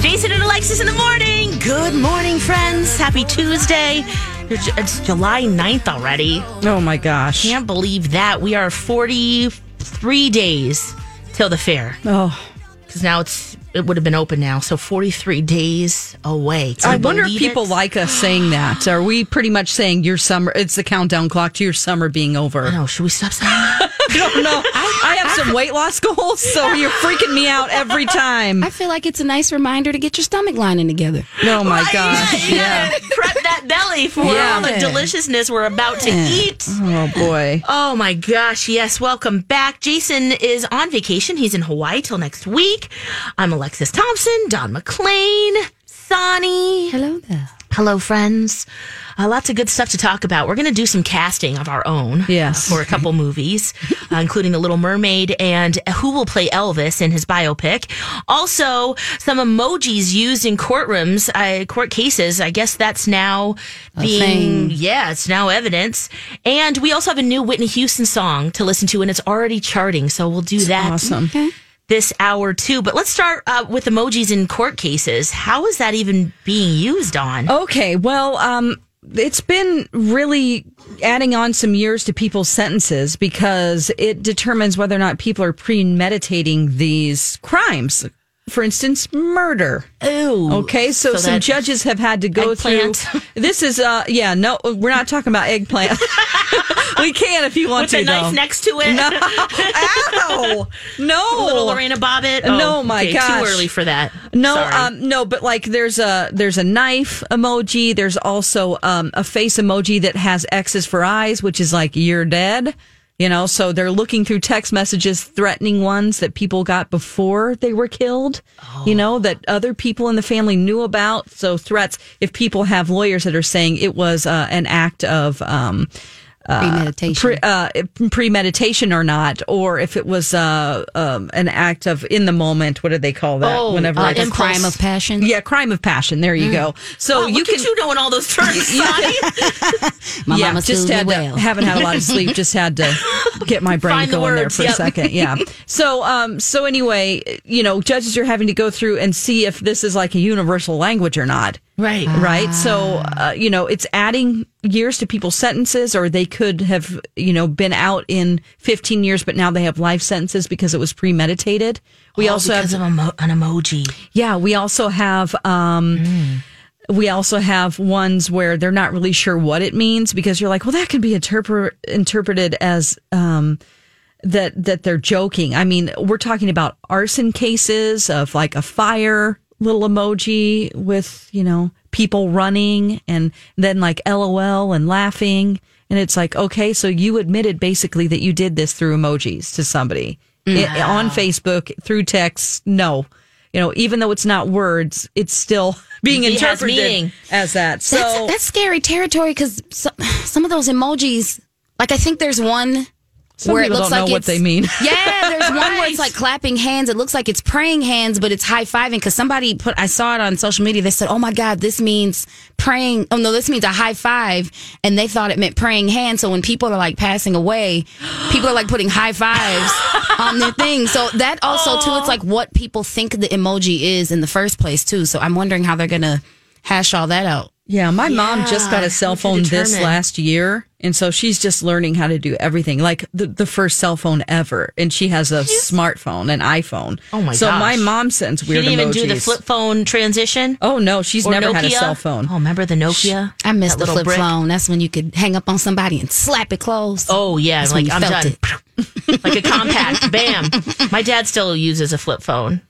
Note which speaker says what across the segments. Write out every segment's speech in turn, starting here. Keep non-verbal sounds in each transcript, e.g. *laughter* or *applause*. Speaker 1: Jason and Alexis in the morning. Good morning, friends. Happy Tuesday. It's July 9th already.
Speaker 2: Oh my gosh.
Speaker 1: Can't believe that. We are 43 days till the fair
Speaker 2: Oh,
Speaker 1: because now it's it would have been open now. So 43 days away. Can
Speaker 2: I
Speaker 1: you
Speaker 2: wonder if
Speaker 1: believe
Speaker 2: people
Speaker 1: it?
Speaker 2: like us saying that. Are we pretty much saying your summer? It's the countdown clock to your summer being over.
Speaker 1: No, should we stop saying that?
Speaker 2: *laughs* I don't know. I have some weight loss *laughs* goals, so you're freaking me out every time.
Speaker 3: I feel like it's a nice reminder to get your stomach lining together.
Speaker 2: Oh my
Speaker 1: *laughs*
Speaker 2: gosh.
Speaker 1: yeah.
Speaker 2: Yeah.
Speaker 1: Prep that belly for
Speaker 2: Yeah.
Speaker 1: all the deliciousness we're about to eat.
Speaker 2: Oh boy.
Speaker 1: Oh my gosh, yes, welcome back. Jason is on vacation. He's in Hawaii till next week. I'm Alexis Thompson, Don McLean, Sonny.
Speaker 3: Hello there.
Speaker 1: Hello, friends. Uh, lots of good stuff to talk about. We're going to do some casting of our own uh,
Speaker 2: Yes.
Speaker 1: for a couple movies, uh, including The Little Mermaid and who will play Elvis in his biopic. Also, some emojis used in courtrooms, uh, court cases. I guess that's now being,
Speaker 3: thing.
Speaker 1: yeah, it's now evidence. And we also have a new Whitney Houston song to listen to, and it's already charting. So we'll do that
Speaker 2: Awesome.
Speaker 1: this hour too. But let's start uh, with emojis in court cases. How is that even being used on?
Speaker 2: Okay. Well, um, it's been really adding on some years to people's sentences because it determines whether or not people are premeditating these crimes. For instance, murder.
Speaker 1: Ooh.
Speaker 2: Okay, so, some
Speaker 1: that-
Speaker 2: judges have had to go
Speaker 1: Eggplant.
Speaker 2: through.
Speaker 1: *laughs*
Speaker 2: This is, uh, yeah, no, we're not talking about eggplant. *laughs* we can if you want
Speaker 1: With
Speaker 2: to.
Speaker 1: the knife
Speaker 2: though.
Speaker 1: next to it.
Speaker 2: No,
Speaker 1: *laughs*
Speaker 2: *laughs* ow, no,
Speaker 1: Little Lorena Bobbitt. Oh,
Speaker 2: No, my
Speaker 1: okay,
Speaker 2: gosh.
Speaker 1: Too early for that.
Speaker 2: No,
Speaker 1: Sorry.
Speaker 2: um, no, but like there's a there's a knife emoji. There's also um, a face emoji that has X's for eyes, which is like you're dead. You know, so they're looking through text messages, threatening ones that people got before they were killed. You know that other people in the family knew about. So threats. If people have lawyers that are saying it was uh, an act of um,
Speaker 3: Premeditation.
Speaker 2: pre- uh, premeditation or not, or if it was uh, um, an act of in the moment. What do they call that?
Speaker 1: Oh,
Speaker 2: Whenever
Speaker 1: uh,
Speaker 2: it's-
Speaker 3: a crime
Speaker 1: Impulse.
Speaker 3: of passion.
Speaker 2: yeah, crime of passion. There you go. So
Speaker 1: Oh,
Speaker 2: you
Speaker 1: look
Speaker 2: can.
Speaker 1: at you knowing all those terms.
Speaker 2: *laughs*
Speaker 1: Sonny.
Speaker 3: My
Speaker 2: yeah,
Speaker 3: mama
Speaker 2: just
Speaker 3: just
Speaker 2: had to-
Speaker 3: well.
Speaker 2: haven't had a lot
Speaker 1: *laughs*
Speaker 2: of sleep. Just had to get my brain
Speaker 1: Find the
Speaker 2: going there
Speaker 1: words,
Speaker 2: for
Speaker 1: yep.
Speaker 2: a
Speaker 1: *laughs*
Speaker 2: second. Yeah. So, um, so anyway, you know, judges are having to go through and see if this is like a universal language or not.
Speaker 1: right.
Speaker 2: Right. So, uh, you know, it's adding years to people's sentences, or they could have, you know, been out in 15 years, but now they have life sentences because it was premeditated. We
Speaker 1: All
Speaker 2: also have
Speaker 1: because of emo- an emoji.
Speaker 2: yeah, we also have um we also have ones where they're not really sure what it means because you're like, well that could be interpre- interpreted as um that that they're joking. I mean, we're talking about arson cases of like a fire little emoji with, you know, people running and then like LOL and laughing and it's like, okay, so you admitted basically that you did this through emojis to somebody I- on Facebook through text. No. You know, even though it's not words, it's still *laughs* being
Speaker 1: It has
Speaker 2: interpreted
Speaker 1: meaning.
Speaker 2: as that. So
Speaker 3: that's, that's scary territory because some, *sighs* some of those emojis, like I think there's one
Speaker 2: Some
Speaker 3: where it
Speaker 2: people
Speaker 3: looks
Speaker 2: don't
Speaker 3: like
Speaker 2: know what
Speaker 3: it's-
Speaker 2: they mean.
Speaker 3: *laughs* Yeah, there's one where
Speaker 1: *laughs*
Speaker 3: it's like clapping hands. It looks like it's praying hands, but it's high fiving because somebody put. I saw it on social media. They said, "Oh my God, this means praying." Oh no, this means a high five, and they thought it meant praying hands. So when people are like passing away, people are like putting
Speaker 1: *laughs*
Speaker 3: high fives on their thing. So that also too, it's like what people think the emoji is in the first place too. So I'm wondering how they're gonna hash all that out.
Speaker 2: Yeah, my mom just got
Speaker 1: how
Speaker 2: a cell
Speaker 1: to
Speaker 2: phone this
Speaker 1: determine.
Speaker 2: last year, and so she's just learning how to do everything, like the, the first cell phone ever, and she has a smartphone, an iPhone.
Speaker 1: Oh, my
Speaker 2: So my
Speaker 1: gosh.
Speaker 2: mom sends
Speaker 1: You
Speaker 2: weird
Speaker 1: didn't even do the
Speaker 2: emojis.
Speaker 1: flip phone transition.
Speaker 2: Oh no, she's
Speaker 1: Or
Speaker 2: never had a
Speaker 1: Nokia?
Speaker 2: cell phone.
Speaker 1: Oh, remember the Nokia?
Speaker 3: I miss
Speaker 1: That
Speaker 3: the
Speaker 1: little
Speaker 3: flip
Speaker 1: brick?
Speaker 3: phone. That's when you could hang up on somebody and slap it closed.
Speaker 1: Oh yeah,
Speaker 3: That's when
Speaker 1: like
Speaker 3: you
Speaker 1: I'm
Speaker 3: felt
Speaker 1: done. *laughs* like a compact, bam. My dad still uses a flip phone.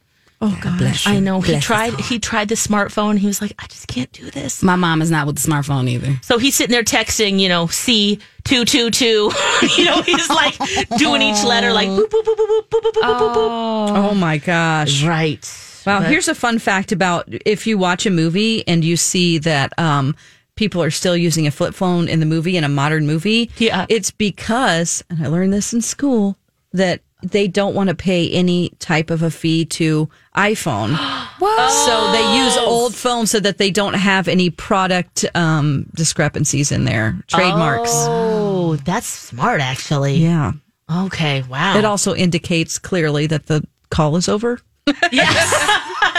Speaker 2: Oh god,
Speaker 1: I know he
Speaker 3: Bless his
Speaker 1: tried. He tried the smartphone. He was like, I just can't do this.
Speaker 3: My mom is not with the smartphone either.
Speaker 1: So he's sitting there texting, you know, C two two two. *laughs* You know, he's like doing each letter like boop boop boop boop boop boop boop boop boop. boop.
Speaker 2: oh my gosh.
Speaker 1: Right.
Speaker 2: Wow, here's a fun fact about if you watch a movie and you see that um, people are still using a flip phone in the movie in a modern movie.
Speaker 1: Yeah.
Speaker 2: it's because, and I learned this in school that they don't want to pay any type of a fee to
Speaker 1: *gasps*
Speaker 2: iPhone. So they use old phones so that they don't have any product um, discrepancies in their trademarks.
Speaker 1: Oh, that's smart, actually.
Speaker 2: Yeah,
Speaker 1: Okay. Wow. *laughs*
Speaker 2: it also indicates clearly that the call is over.
Speaker 1: Yes.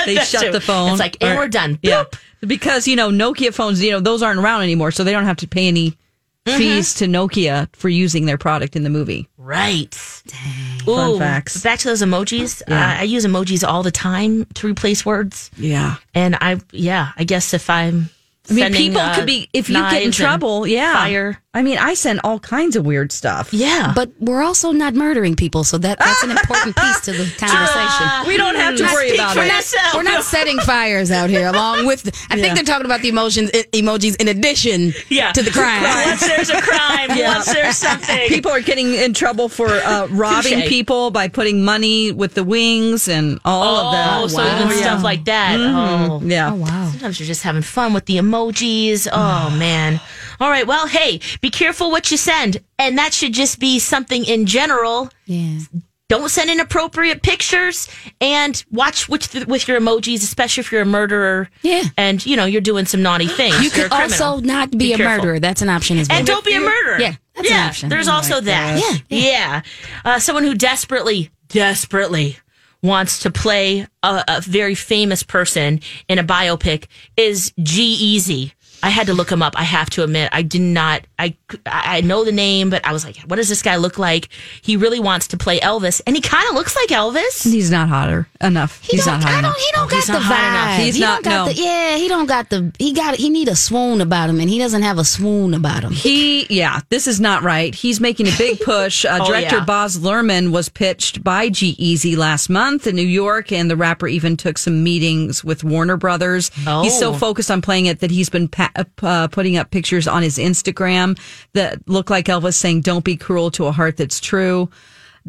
Speaker 2: They
Speaker 1: That's
Speaker 2: shut
Speaker 1: true.
Speaker 2: the phone.
Speaker 1: It's like, and
Speaker 2: Or-
Speaker 1: we're done.
Speaker 2: Yeah.
Speaker 1: Boop.
Speaker 2: Because, you know, Nokia phones, you know, those aren't around anymore, so they don't have to pay any fees to Nokia for using their product in the movie.
Speaker 1: Right.
Speaker 2: Fun
Speaker 1: Ooh,
Speaker 2: facts.
Speaker 1: Back to those emojis. Uh, I use emojis all the time to replace words.
Speaker 2: Yeah.
Speaker 1: And I, yeah, I guess if I'm.
Speaker 2: I mean,
Speaker 1: sending,
Speaker 2: people
Speaker 1: uh,
Speaker 2: could be, if you get in
Speaker 1: knives and
Speaker 2: trouble, yeah.
Speaker 1: Fire.
Speaker 2: I mean, I send all kinds of weird stuff.
Speaker 1: Yeah.
Speaker 3: But we're also not murdering people, so that, that's an *laughs* important piece to the conversation.
Speaker 2: We don't have to
Speaker 3: Mm.
Speaker 1: Hmm.
Speaker 2: worry
Speaker 1: Speak
Speaker 2: about
Speaker 1: for
Speaker 2: it.
Speaker 1: yourself.
Speaker 3: We're not setting fires out here. Along with, I think they're talking about the emotions, e- emojis in addition
Speaker 1: Yeah.
Speaker 3: to the crime.
Speaker 1: Once there's a crime,
Speaker 2: *laughs*
Speaker 1: once there's something.
Speaker 2: People are getting in trouble for uh, robbing
Speaker 1: Touche.
Speaker 2: people by putting money with the wings and all
Speaker 1: oh,
Speaker 2: of that.
Speaker 1: so even stuff like that.
Speaker 3: Mm-hmm.
Speaker 1: Oh.
Speaker 2: Yeah.
Speaker 3: wow.
Speaker 1: Sometimes you're just having fun with the emojis.
Speaker 3: *sighs*
Speaker 1: Oh, man. All right. Well, hey, be careful what you send. And that should just be something in general.
Speaker 3: Yeah.
Speaker 1: Don't send inappropriate pictures and watch with, with your emojis, especially if you're a murderer.
Speaker 3: Yeah.
Speaker 1: And, you know, you're doing some
Speaker 3: *gasps*
Speaker 1: naughty things. You're
Speaker 3: You
Speaker 1: a
Speaker 3: could
Speaker 1: criminal.
Speaker 3: also not be, a
Speaker 1: careful.
Speaker 3: murderer. That's an option as well.
Speaker 1: And don't be a murderer.
Speaker 3: Yeah, that's an
Speaker 1: yeah.
Speaker 3: option.
Speaker 1: There's
Speaker 3: Oh my
Speaker 1: also that.
Speaker 3: gosh.
Speaker 1: Yeah. Yeah. Uh, someone who desperately, desperately wants to play a, a very famous person in a biopic is G Easy. I had to look him up. I have to admit, I did not. I I know the name, but I was like, "What does this guy look like?" He really wants to play Elvis, and he kind of looks like Elvis.
Speaker 2: He's not hotter enough.
Speaker 3: He
Speaker 2: He's
Speaker 3: don't,
Speaker 2: not hot
Speaker 3: I
Speaker 2: enough.
Speaker 3: don't. He don't
Speaker 1: He's
Speaker 3: got the
Speaker 1: not hot enough.
Speaker 3: vibe.
Speaker 2: He's
Speaker 3: he
Speaker 2: not-
Speaker 3: Don't got
Speaker 2: no.
Speaker 3: the, yeah, he don't got the. He got. He need a swoon about him, and he doesn't have a swoon about him.
Speaker 2: He, yeah, this is not right. He's making a
Speaker 1: *laughs*
Speaker 2: big push. Uh,
Speaker 1: Oh,
Speaker 2: director
Speaker 1: yeah.
Speaker 2: Boz Lerman was pitched by G Easy last month in New York, and the rapper even took some meetings with Warner Brothers. He's so
Speaker 1: Oh.
Speaker 2: focused on playing it that he's been pa- uh, putting up pictures on his Instagram that look like Elvis saying, Don't be cruel to a heart that's true.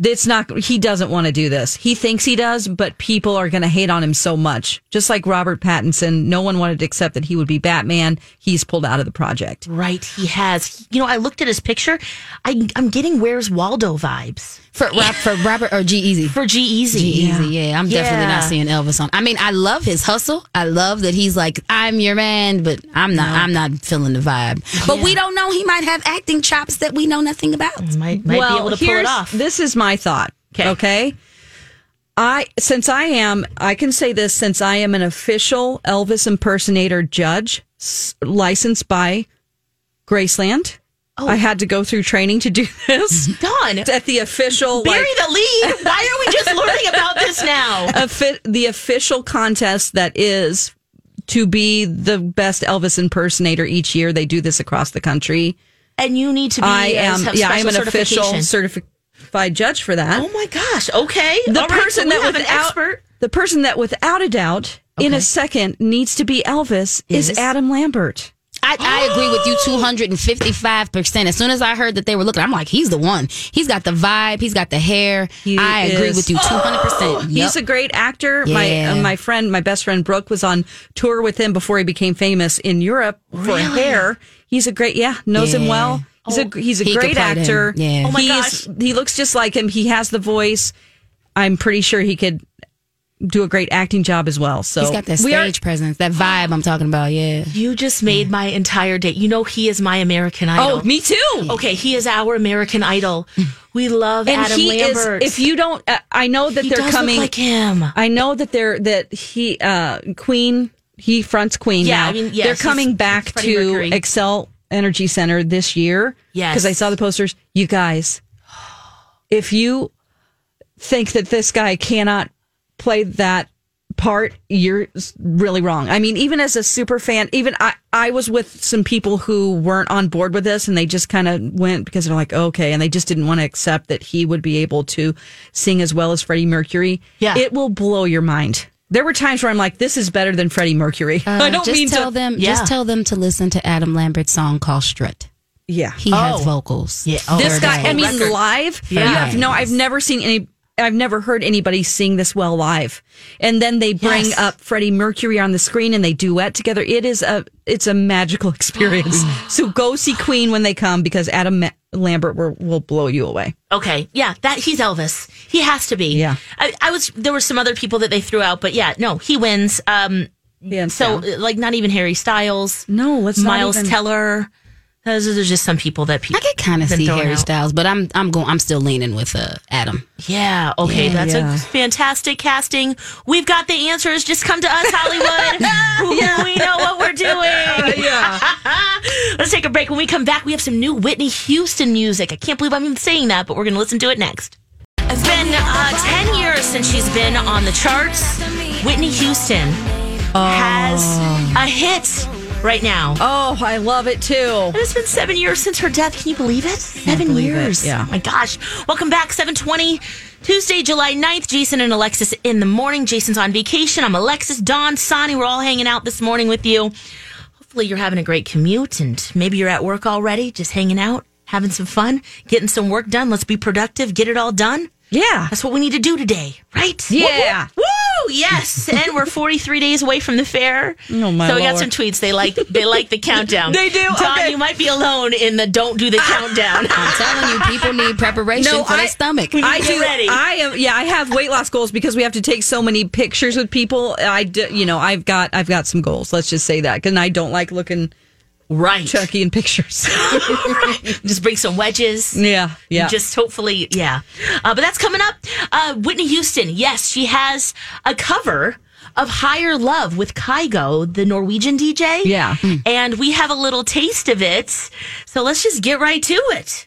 Speaker 2: It's not, he doesn't want to do this. He thinks he does, but people are going to hate on him so much. Just like Robert Pattinson, no one wanted to accept that he would be Batman. He's pulled out of the project.
Speaker 1: Right, he has. You know, I looked at his picture. I, I'm getting Where's Waldo vibes
Speaker 3: For rap, for Robert or G Easy.
Speaker 1: for G Easy.
Speaker 3: Easy, E yeah. I'm definitely
Speaker 1: Yeah.
Speaker 3: not seeing Elvis on. I mean, I love his hustle. I love that he's like, I'm your man, but I'm not. I'm not feeling the vibe. But we don't know. He might have acting chops that we know nothing about.
Speaker 1: Might, might be able to pull it
Speaker 2: here's-
Speaker 1: off.
Speaker 2: This is my thought.
Speaker 1: 'Kay.
Speaker 2: Okay. I since I am, I can say this since I am an official Elvis impersonator judge s- licensed by Graceland.
Speaker 1: Oh.
Speaker 2: I had to go through training to do *laughs*
Speaker 1: *laughs*
Speaker 2: this
Speaker 1: Done.
Speaker 2: at the official like,
Speaker 1: Bury the lead. Why are we just learning about this now?
Speaker 2: offi- the official contest that is to be the best Elvis impersonator each year. They do this across the country.
Speaker 1: *laughs* And you need to be.
Speaker 2: I am
Speaker 1: have
Speaker 2: yeah, I am
Speaker 1: special
Speaker 2: an official
Speaker 1: certification.
Speaker 2: certified judge for that.
Speaker 1: Oh my gosh. Okay.
Speaker 2: the
Speaker 1: All right, so
Speaker 2: person
Speaker 1: we
Speaker 2: that
Speaker 1: have an
Speaker 2: without
Speaker 1: expert.
Speaker 2: the person that without a doubt in a second needs to be Elvis is,
Speaker 3: Is-
Speaker 2: Adam Lambert.
Speaker 3: I, I agree with you 255%. As soon as I heard that they were looking, I'm like, he's the one. He's got the vibe. He's got the hair.
Speaker 2: He
Speaker 3: I agree
Speaker 2: is-
Speaker 3: with you
Speaker 2: *gasps*
Speaker 3: 200%.
Speaker 2: He's a great actor. My uh,
Speaker 3: Yeah.
Speaker 2: my friend, my best friend Brooke was on tour with him before he became famous in Europe for hair. He's a great yeah, knows him
Speaker 3: Yeah.
Speaker 2: well. He's a he's a
Speaker 3: He could
Speaker 2: great
Speaker 3: play them.
Speaker 2: actor.
Speaker 3: Yeah. Oh
Speaker 1: my
Speaker 2: He's- he looks just like him. He has the voice. I'm pretty sure he could do a great acting job as well. So
Speaker 3: he's got that
Speaker 2: we are-
Speaker 3: stage presence, that vibe I'm talking about. Yeah.
Speaker 1: You just made my entire day. You know, he is my American idol.
Speaker 2: Oh, me too.
Speaker 1: Okay. He is our American *laughs* idol. We love Adam Lambert.
Speaker 2: Is, if you don't, uh, I know that
Speaker 1: he
Speaker 2: they're
Speaker 1: does
Speaker 2: coming.
Speaker 1: look like him.
Speaker 2: I know that they're that he uh Queen he fronts Queen.
Speaker 1: Yeah,
Speaker 2: now.
Speaker 1: I mean, yes,
Speaker 2: they're
Speaker 1: he's-
Speaker 2: coming
Speaker 1: he's
Speaker 2: back
Speaker 1: Freddie
Speaker 2: to
Speaker 1: Mercury.
Speaker 2: Excel Energy Center this year.
Speaker 1: Yes.
Speaker 2: because I saw the posters. You guys, if you think that this guy cannot play that part you're s- really wrong i mean even as a super fan even i i was with some people who weren't on board with this and they just kind of went because they're like okay and they just didn't want to accept that he would be able to sing as well as freddie mercury
Speaker 1: Yeah.
Speaker 2: it will blow your mind there were times where i'm like this is better than freddie mercury *laughs* i don't
Speaker 3: Uh, just
Speaker 2: mean
Speaker 3: tell
Speaker 2: to
Speaker 3: them.
Speaker 1: Yeah.
Speaker 3: Just tell them to listen to Adam Lambert's song called Strut.
Speaker 2: yeah
Speaker 3: He has vocals.
Speaker 1: Yeah. Oh.
Speaker 2: this
Speaker 1: Third
Speaker 2: guy
Speaker 1: eye.
Speaker 2: i mean
Speaker 1: Record.
Speaker 2: live
Speaker 1: Yeah.
Speaker 2: you have no i've never seen any i've never heard anybody sing this well live and then they bring
Speaker 1: Yes.
Speaker 2: up freddie mercury on the screen and they duet together it is a it's a magical
Speaker 1: *gasps*
Speaker 2: *laughs* experience so go see queen when they come because adam Ma- lambert will, will blow you away
Speaker 1: Okay, yeah, that he's Elvis. He has to be.
Speaker 2: Yeah.
Speaker 1: I, I was. There were some other people that they threw out, but yeah, no, he wins. Um,
Speaker 2: Hands
Speaker 1: so
Speaker 2: down.
Speaker 1: like not even Harry Styles.
Speaker 2: no let's
Speaker 1: Miles
Speaker 2: not even,
Speaker 1: Teller. Those are just some people that people.
Speaker 3: I could kind of
Speaker 1: been
Speaker 3: see
Speaker 1: thrown
Speaker 3: Harry
Speaker 1: out.
Speaker 3: Styles, but I'm I'm going. I'm still leaning with uh, Adam.
Speaker 1: Yeah. Okay.
Speaker 2: Yeah.
Speaker 1: that's
Speaker 2: Yeah.
Speaker 1: a fantastic casting. We've got the answers. Just come to us,
Speaker 2: *laughs*
Speaker 1: Hollywood. We know what we're
Speaker 2: Uh,
Speaker 1: doing. *laughs* Let's take a break. When we come back, we have some new Whitney Houston music. I can't believe I'm even saying that, but we're going to listen to it next. It's been uh, 10 years since she's been on the charts. Whitney Houston has a hit right now.
Speaker 2: Oh, I love it too.
Speaker 1: And it's been seven years since her death. Can you believe it? 7
Speaker 2: believe it,
Speaker 1: years.
Speaker 2: yeah.
Speaker 1: My gosh. Welcome back. 720, Tuesday, July 9th. Jason and Alexis in the morning. Jason's on vacation. I'm Alexis, Dawn, Sonny. We're all hanging out this morning with you. Hopefully you're having a great commute and maybe you're at work already, just hanging out, having some fun, getting some work done. Let's be productive, get it all done.
Speaker 2: Yeah.
Speaker 1: That's what we need to do today, right?
Speaker 2: Yeah.
Speaker 1: Woo! woo,
Speaker 2: *laughs*
Speaker 1: Yes, and we're 43 days away from the fair.
Speaker 2: Oh, my
Speaker 1: So we got
Speaker 2: Lord.
Speaker 1: some tweets. They like they like the countdown.
Speaker 2: *laughs* They do?
Speaker 1: Don,
Speaker 2: Okay. Ah.
Speaker 1: you might be alone in the don't do the countdown.
Speaker 2: *laughs*
Speaker 3: I'm telling you, people need preparation for their stomach.
Speaker 2: I
Speaker 1: get
Speaker 2: do.
Speaker 1: ready.
Speaker 2: I am. Yeah, I have weight loss goals because we have to take so many pictures with people. I do, you know, I've got, I've got some goals. Let's just say that, and I don't like looking
Speaker 1: right.
Speaker 2: chunky in pictures.
Speaker 1: Just bring some wedges.
Speaker 2: *laughs* yeah, yeah.
Speaker 1: Just hopefully, yeah. Uh, but that's coming up. Uh, Whitney Houston, yes, she has a cover of Higher Love with Kygo, the Norwegian DJ.
Speaker 2: Yeah. Mm.
Speaker 1: And we have a little taste of it. So let's just get right to it.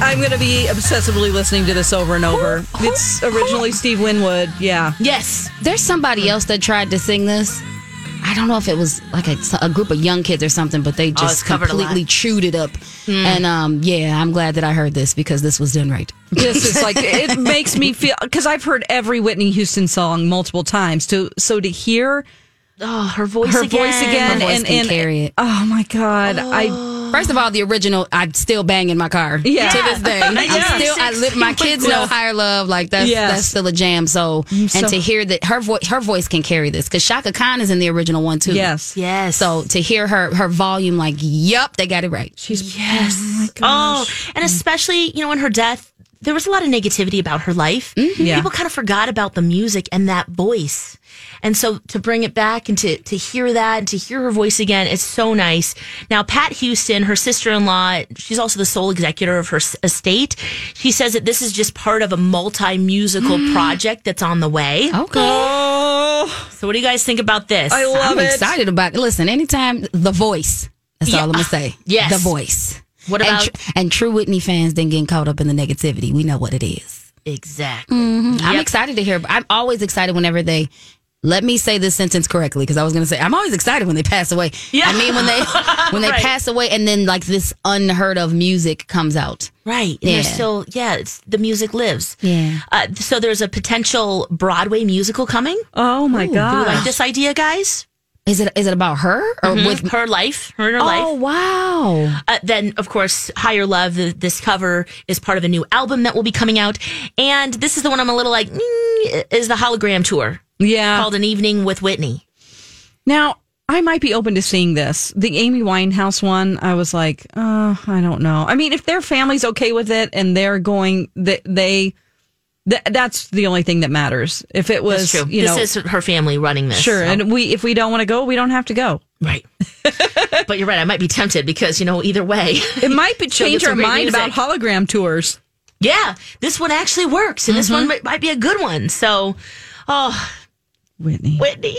Speaker 2: I'm gonna be obsessively listening to this over and *gasps* over. It's originally Steve Winwood. Yeah.
Speaker 1: Yes.
Speaker 3: There's somebody else that tried to sing this. I don't know if it was like a, a group of young kids or something, but they
Speaker 1: it's
Speaker 3: just
Speaker 1: covered a lot.
Speaker 3: completely chewed it up. And um, yeah, I'm glad that I heard this because this was done right.
Speaker 2: this is like it makes me feel because I've heard every Whitney Houston song multiple times. To so to hear
Speaker 1: Oh, her voice
Speaker 2: her
Speaker 1: again.
Speaker 2: voice again
Speaker 3: Her voice
Speaker 2: and,
Speaker 3: can
Speaker 2: and-
Speaker 3: carry it.
Speaker 2: oh my god, I
Speaker 3: First of all, the original, I'd still bang in my car.
Speaker 2: Yeah.
Speaker 3: To this day.
Speaker 1: Yeah.
Speaker 3: I'm still, I live, my kids know higher love. Like that's,
Speaker 2: Yes.
Speaker 3: that's still a jam. So, and
Speaker 2: so-
Speaker 3: to hear that her voice, her voice can carry this because Shaka Khan is in the original one too.
Speaker 2: yes,
Speaker 1: Yes.
Speaker 3: So to hear her, her volume, like, yup, they got it right.
Speaker 2: she's
Speaker 1: Yes. Oh, and especially, you know, in her death, there was a lot of negativity about her life.
Speaker 2: Mm-hmm. Yeah.
Speaker 1: People kind of forgot about the music and that voice. And so to bring it back and to, to hear that and to hear her voice again, it's so nice. Now, Pat Houston, her sister in law, she's also the sole executor of her s- estate. She says that this is just part of a multi musical
Speaker 2: Mm.
Speaker 1: project that's on the way.
Speaker 3: Okay.
Speaker 2: Oh,
Speaker 1: So, what do you guys think about this?
Speaker 2: I love
Speaker 3: I'm
Speaker 2: it.
Speaker 3: excited about it. Listen, anytime the voice. That's
Speaker 1: Yeah.
Speaker 3: all I'm gonna say.
Speaker 1: Yes.
Speaker 3: the voice.
Speaker 1: what
Speaker 3: And,
Speaker 1: about
Speaker 3: tr- and true Whitney fans then getting caught up in the negativity. We know what it is.
Speaker 1: exactly?
Speaker 3: I'm excited to hear. I'm always excited whenever they. Let me say this sentence correctly because I was gonna say I'm always excited when they pass away.
Speaker 1: Yeah.
Speaker 3: I mean when *laughs* they when they
Speaker 1: Right.
Speaker 3: pass away and then like this unheard of music comes out.
Speaker 1: Right. And
Speaker 3: Yeah.
Speaker 1: There's still, yeah, it's, the music lives.
Speaker 3: Yeah.
Speaker 1: Uh, so there's a potential Broadway musical coming.
Speaker 2: oh my
Speaker 1: Do you like
Speaker 2: god,
Speaker 1: this idea, guys?
Speaker 3: Is it is it about her or with?
Speaker 1: With her life, her and her
Speaker 3: Mm-hmm. Oh
Speaker 1: life.
Speaker 3: wow!
Speaker 1: Uh, then, of course, Higher Love, th- this cover is part of a new album that will be coming out. And this is the one I'm a little like, mm, is the hologram tour
Speaker 2: yeah.
Speaker 1: called An Evening with Whitney.
Speaker 2: Now, I might be open to seeing this. The Amy Winehouse one, I was like, uh, I don't know. I mean, if their family's okay with it and they're going, they, they th- that's the only thing that matters. If it was,
Speaker 1: That's true.
Speaker 2: you
Speaker 1: this
Speaker 2: know,
Speaker 1: is her family running this.
Speaker 2: sure.
Speaker 1: so-
Speaker 2: And we, if we don't want to go, we don't have to go.
Speaker 1: right. but you're right. I might be tempted because, you know, either way. *laughs*
Speaker 2: It might be change
Speaker 1: some
Speaker 2: our
Speaker 1: great
Speaker 2: mind about
Speaker 1: music.
Speaker 2: hologram tours.
Speaker 1: yeah, this one actually works. And this one might, might be a good one. So, oh,
Speaker 2: Whitney.
Speaker 1: Whitney.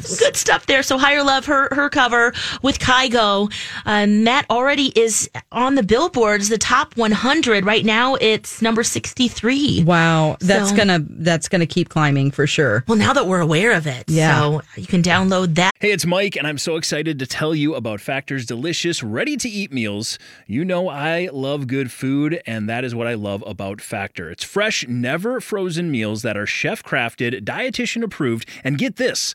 Speaker 1: Some Good stuff there. So higher love her her cover with Kygo, and that already is on the billboards, the top 100 right now. It's number 63.
Speaker 2: Wow. That's
Speaker 1: So-
Speaker 2: gonna, that's gonna keep climbing for sure.
Speaker 1: Well, now that we're aware of it,
Speaker 2: Yeah.
Speaker 1: so you can download that.
Speaker 4: Hey, it's Mike, and I'm so excited to tell you about Factor's delicious, ready to eat meals. You know, I love good food, and that is what I love about Factor. It's fresh, never frozen meals that are chef crafted, dietitian approved, and get this.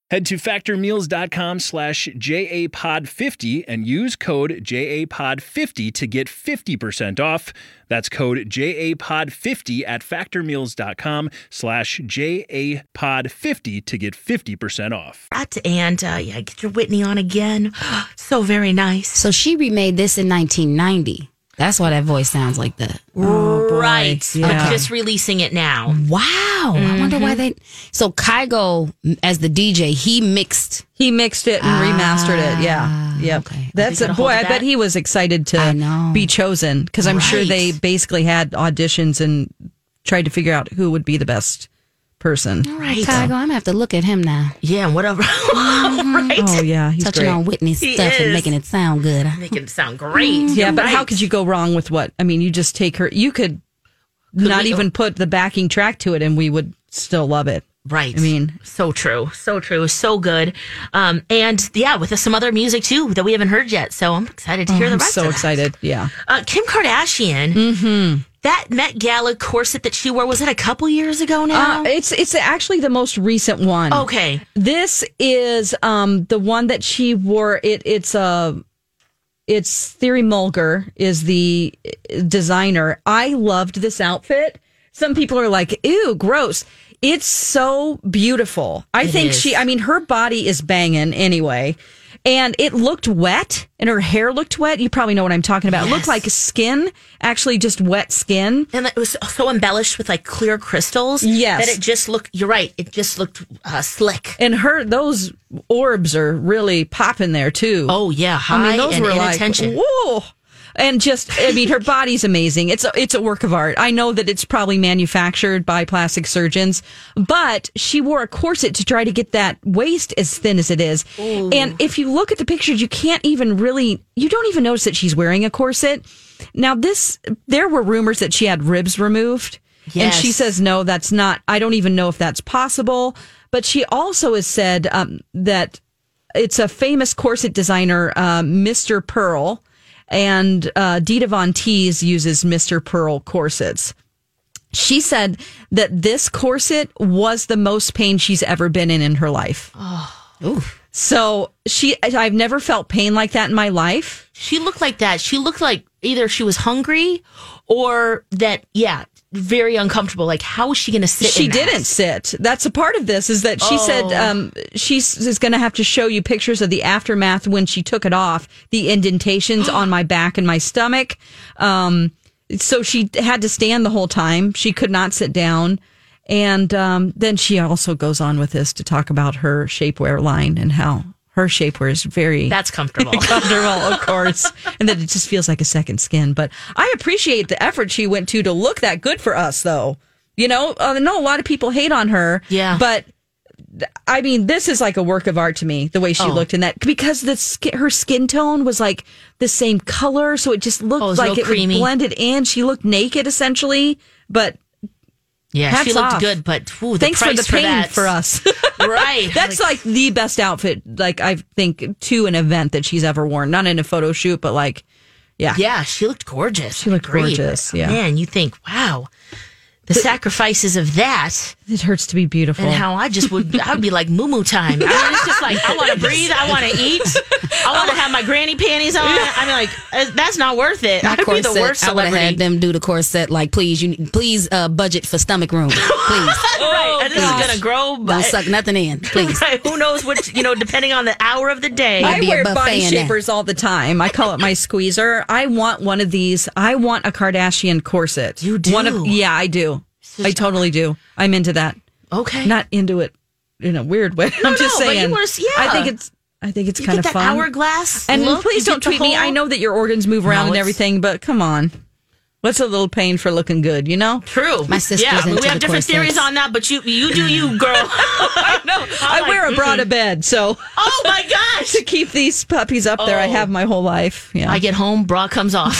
Speaker 4: Head to factormeals.com slash JAPOD50 and use code JAPOD50 to get 50% off. That's code JAPOD50 at factormeals.com slash JAPOD50 to get 50% off.
Speaker 1: That and uh, yeah, get your Whitney on again. *gasps* so very nice.
Speaker 3: So she remade this in 1990. That's why that voice sounds like that.
Speaker 1: right.
Speaker 2: Oh, Yeah.
Speaker 1: I'm just releasing it now.
Speaker 3: Wow. I wonder why they. So Kygo, as the DJ, he mixed.
Speaker 2: He mixed it and remastered it. Yeah. Yep.
Speaker 3: okay.
Speaker 2: That's
Speaker 1: Did you get
Speaker 2: a
Speaker 1: a hold
Speaker 2: boy.
Speaker 1: of
Speaker 2: I bet
Speaker 1: that?
Speaker 2: he was excited to
Speaker 3: I know.
Speaker 2: be chosen because I'm sure
Speaker 1: Right.
Speaker 2: they basically had auditions and tried to figure out who would be the best person.
Speaker 1: Right.
Speaker 3: Kygo, I'm going to have to look at him now.
Speaker 1: Yeah, and whatever. *laughs* right.
Speaker 2: Oh yeah, he's
Speaker 3: Touching
Speaker 2: great.
Speaker 3: on Whitney's
Speaker 1: He
Speaker 3: stuff
Speaker 1: is.
Speaker 3: and making it sound good.
Speaker 1: Make it sound great.
Speaker 2: yeah,
Speaker 1: You're
Speaker 2: but how
Speaker 1: right.
Speaker 2: could you go wrong with what? I mean, you just take her. You could, not
Speaker 1: we-
Speaker 2: even put the backing track to it, and we would still love it.
Speaker 1: Right.
Speaker 2: I mean-
Speaker 1: so true. So true. So good. Um, and yeah, with some other music too that we haven't heard yet. So I'm excited to hear the
Speaker 2: Oh, I'm
Speaker 1: rest
Speaker 2: so
Speaker 1: of that.
Speaker 2: excited. Mm-hmm. Yeah.
Speaker 1: Uh, Kim Kardashian. That Met Gala corset that she wore was it a couple years ago now?
Speaker 2: Uh, it's it's actually the most recent one.
Speaker 1: okay.
Speaker 2: This is um the one that she wore. It it's a it's Theory Mulger is the uh, designer. I loved this outfit. Some people are like, "Ew, gross." It's so beautiful. I think
Speaker 1: is.
Speaker 2: she. I mean, her body is banging anyway, and it looked wet, and her hair looked wet. You probably know what I'm talking about. It looked
Speaker 1: Yes.
Speaker 2: like skin, actually, just wet skin.
Speaker 1: And it was so embellished with like clear crystals.
Speaker 2: Yes.
Speaker 1: That it just looked. You're right. It just looked uh, slick.
Speaker 2: And her those orbs are really popping there too.
Speaker 1: Oh yeah,
Speaker 2: I
Speaker 1: high
Speaker 2: mean, those
Speaker 1: and
Speaker 2: were
Speaker 1: in
Speaker 2: like,
Speaker 1: attention.
Speaker 2: whoa. And just, I mean, her body's amazing. It's a, it's a work of art. I know that it's probably manufactured by plastic surgeons, but she wore a corset to try to get that waist as thin as it is. And if you look at the pictures, you can't even really, you don't even notice that she's wearing a corset. Now, this, there were rumors that she had ribs removed. And she
Speaker 1: Yes.
Speaker 2: says, no, that's not, I don't even know if that's possible. But she also has said um, that it's a famous corset designer, uh, Mr. Pearl, and uh, Dita Von Teese uses Mr. Pearl corsets. She said that this corset was the most pain she's ever been in in her life. Oh, so she, I've never felt pain like that in my life.
Speaker 1: She looked like that. She looked like either she was hungry or that. Yeah, very uncomfortable. Like how is she going to sit?
Speaker 2: she
Speaker 1: in that? Oh.
Speaker 2: didn't sit. That's a part of this is that she said um, she s- is going to have to show you pictures of the aftermath when she took it off, the indentations on my back and my stomach. Um, so she had to stand the whole time. She could not sit down. And um, then she also goes on with this to talk about her shapewear line and how her shapewear is very
Speaker 1: That's comfortable.
Speaker 2: comfortable, of course, and that it just feels like a second skin. But I appreciate the effort she went to to look that good for us, though. You know, uh, I know a lot of people hate on her.
Speaker 1: Yeah.
Speaker 2: but I mean, this is like a work of art to me. The way she
Speaker 1: Oh.
Speaker 2: looked in that, because the skin, her skin tone was like the same color, so it just looked
Speaker 1: Oh, it was
Speaker 2: like
Speaker 1: real
Speaker 2: it
Speaker 1: creamy.
Speaker 2: was blended in. She looked naked essentially, but
Speaker 1: *laughs* Yeah,
Speaker 2: Hats
Speaker 1: she looked
Speaker 2: off.
Speaker 1: good, but ooh, the
Speaker 2: thanks for
Speaker 1: price
Speaker 2: the pain
Speaker 1: that.
Speaker 2: for, us.
Speaker 1: *laughs*
Speaker 2: *laughs*
Speaker 1: right?
Speaker 2: That's like, the best outfit, like I think, to an event that she's ever worn. Not in a photo shoot, but like, yeah,
Speaker 1: yeah, she looked gorgeous. She
Speaker 2: looked gorgeous, yeah.
Speaker 1: man, you think, wow, the sacrifices of that,
Speaker 2: It hurts to be beautiful.
Speaker 1: and how I just would, I would be like moo moo time. I mean, it's just like I want to breathe, I want to eat, I want to have my granny panties on. I mean, like uh, that's not worth it.
Speaker 3: Not
Speaker 1: I'd be the worst
Speaker 3: I would have
Speaker 1: celebrity.
Speaker 3: had them do the corset. Like, please, you please uh, budget for stomach room.
Speaker 1: *laughs*
Speaker 3: Please,
Speaker 1: right,
Speaker 2: Oh,
Speaker 1: and this
Speaker 3: gosh.
Speaker 1: is gonna grow.
Speaker 3: don't
Speaker 1: But,
Speaker 3: suck nothing in. Please.
Speaker 1: right, *laughs* who knows which? You know, depending on the hour of the day.
Speaker 2: I
Speaker 3: be a
Speaker 2: wear
Speaker 3: buffet
Speaker 2: body
Speaker 3: in that.
Speaker 2: shapers all the time. I call it my squeezer. I want one of these. I want a Kardashian corset.
Speaker 1: You do?
Speaker 2: One of yeah, I do. I totally do. I'm into that.
Speaker 1: okay,
Speaker 2: Not into it in a weird way. *laughs*
Speaker 1: no,
Speaker 2: I'm just
Speaker 1: but you
Speaker 2: saying.
Speaker 1: wanna see-
Speaker 2: I
Speaker 1: yeah.
Speaker 2: think it's. I think it's
Speaker 1: you
Speaker 2: kind
Speaker 1: get that
Speaker 2: of fun.
Speaker 1: hourglass.
Speaker 2: and
Speaker 1: look,
Speaker 2: please
Speaker 1: you get
Speaker 2: don't
Speaker 1: the
Speaker 2: tweet me.
Speaker 1: whole-
Speaker 2: I know that your organs move around and
Speaker 1: it's-
Speaker 2: everything, but come on. What's a little pain for looking good? You know.
Speaker 1: True.
Speaker 3: My sister's
Speaker 1: Yeah,
Speaker 3: into
Speaker 1: we have
Speaker 3: the
Speaker 1: different theories
Speaker 3: corsets.
Speaker 1: on that, but you you do you,
Speaker 3: *laughs*
Speaker 1: girl. I know.
Speaker 2: I wear a bra to bed, so *laughs*
Speaker 1: Oh my
Speaker 3: *laughs*
Speaker 1: gosh.
Speaker 2: to keep these puppies up there, I
Speaker 1: Oh.
Speaker 2: have my whole life. Yeah.
Speaker 1: I get home, bra comes *laughs* off.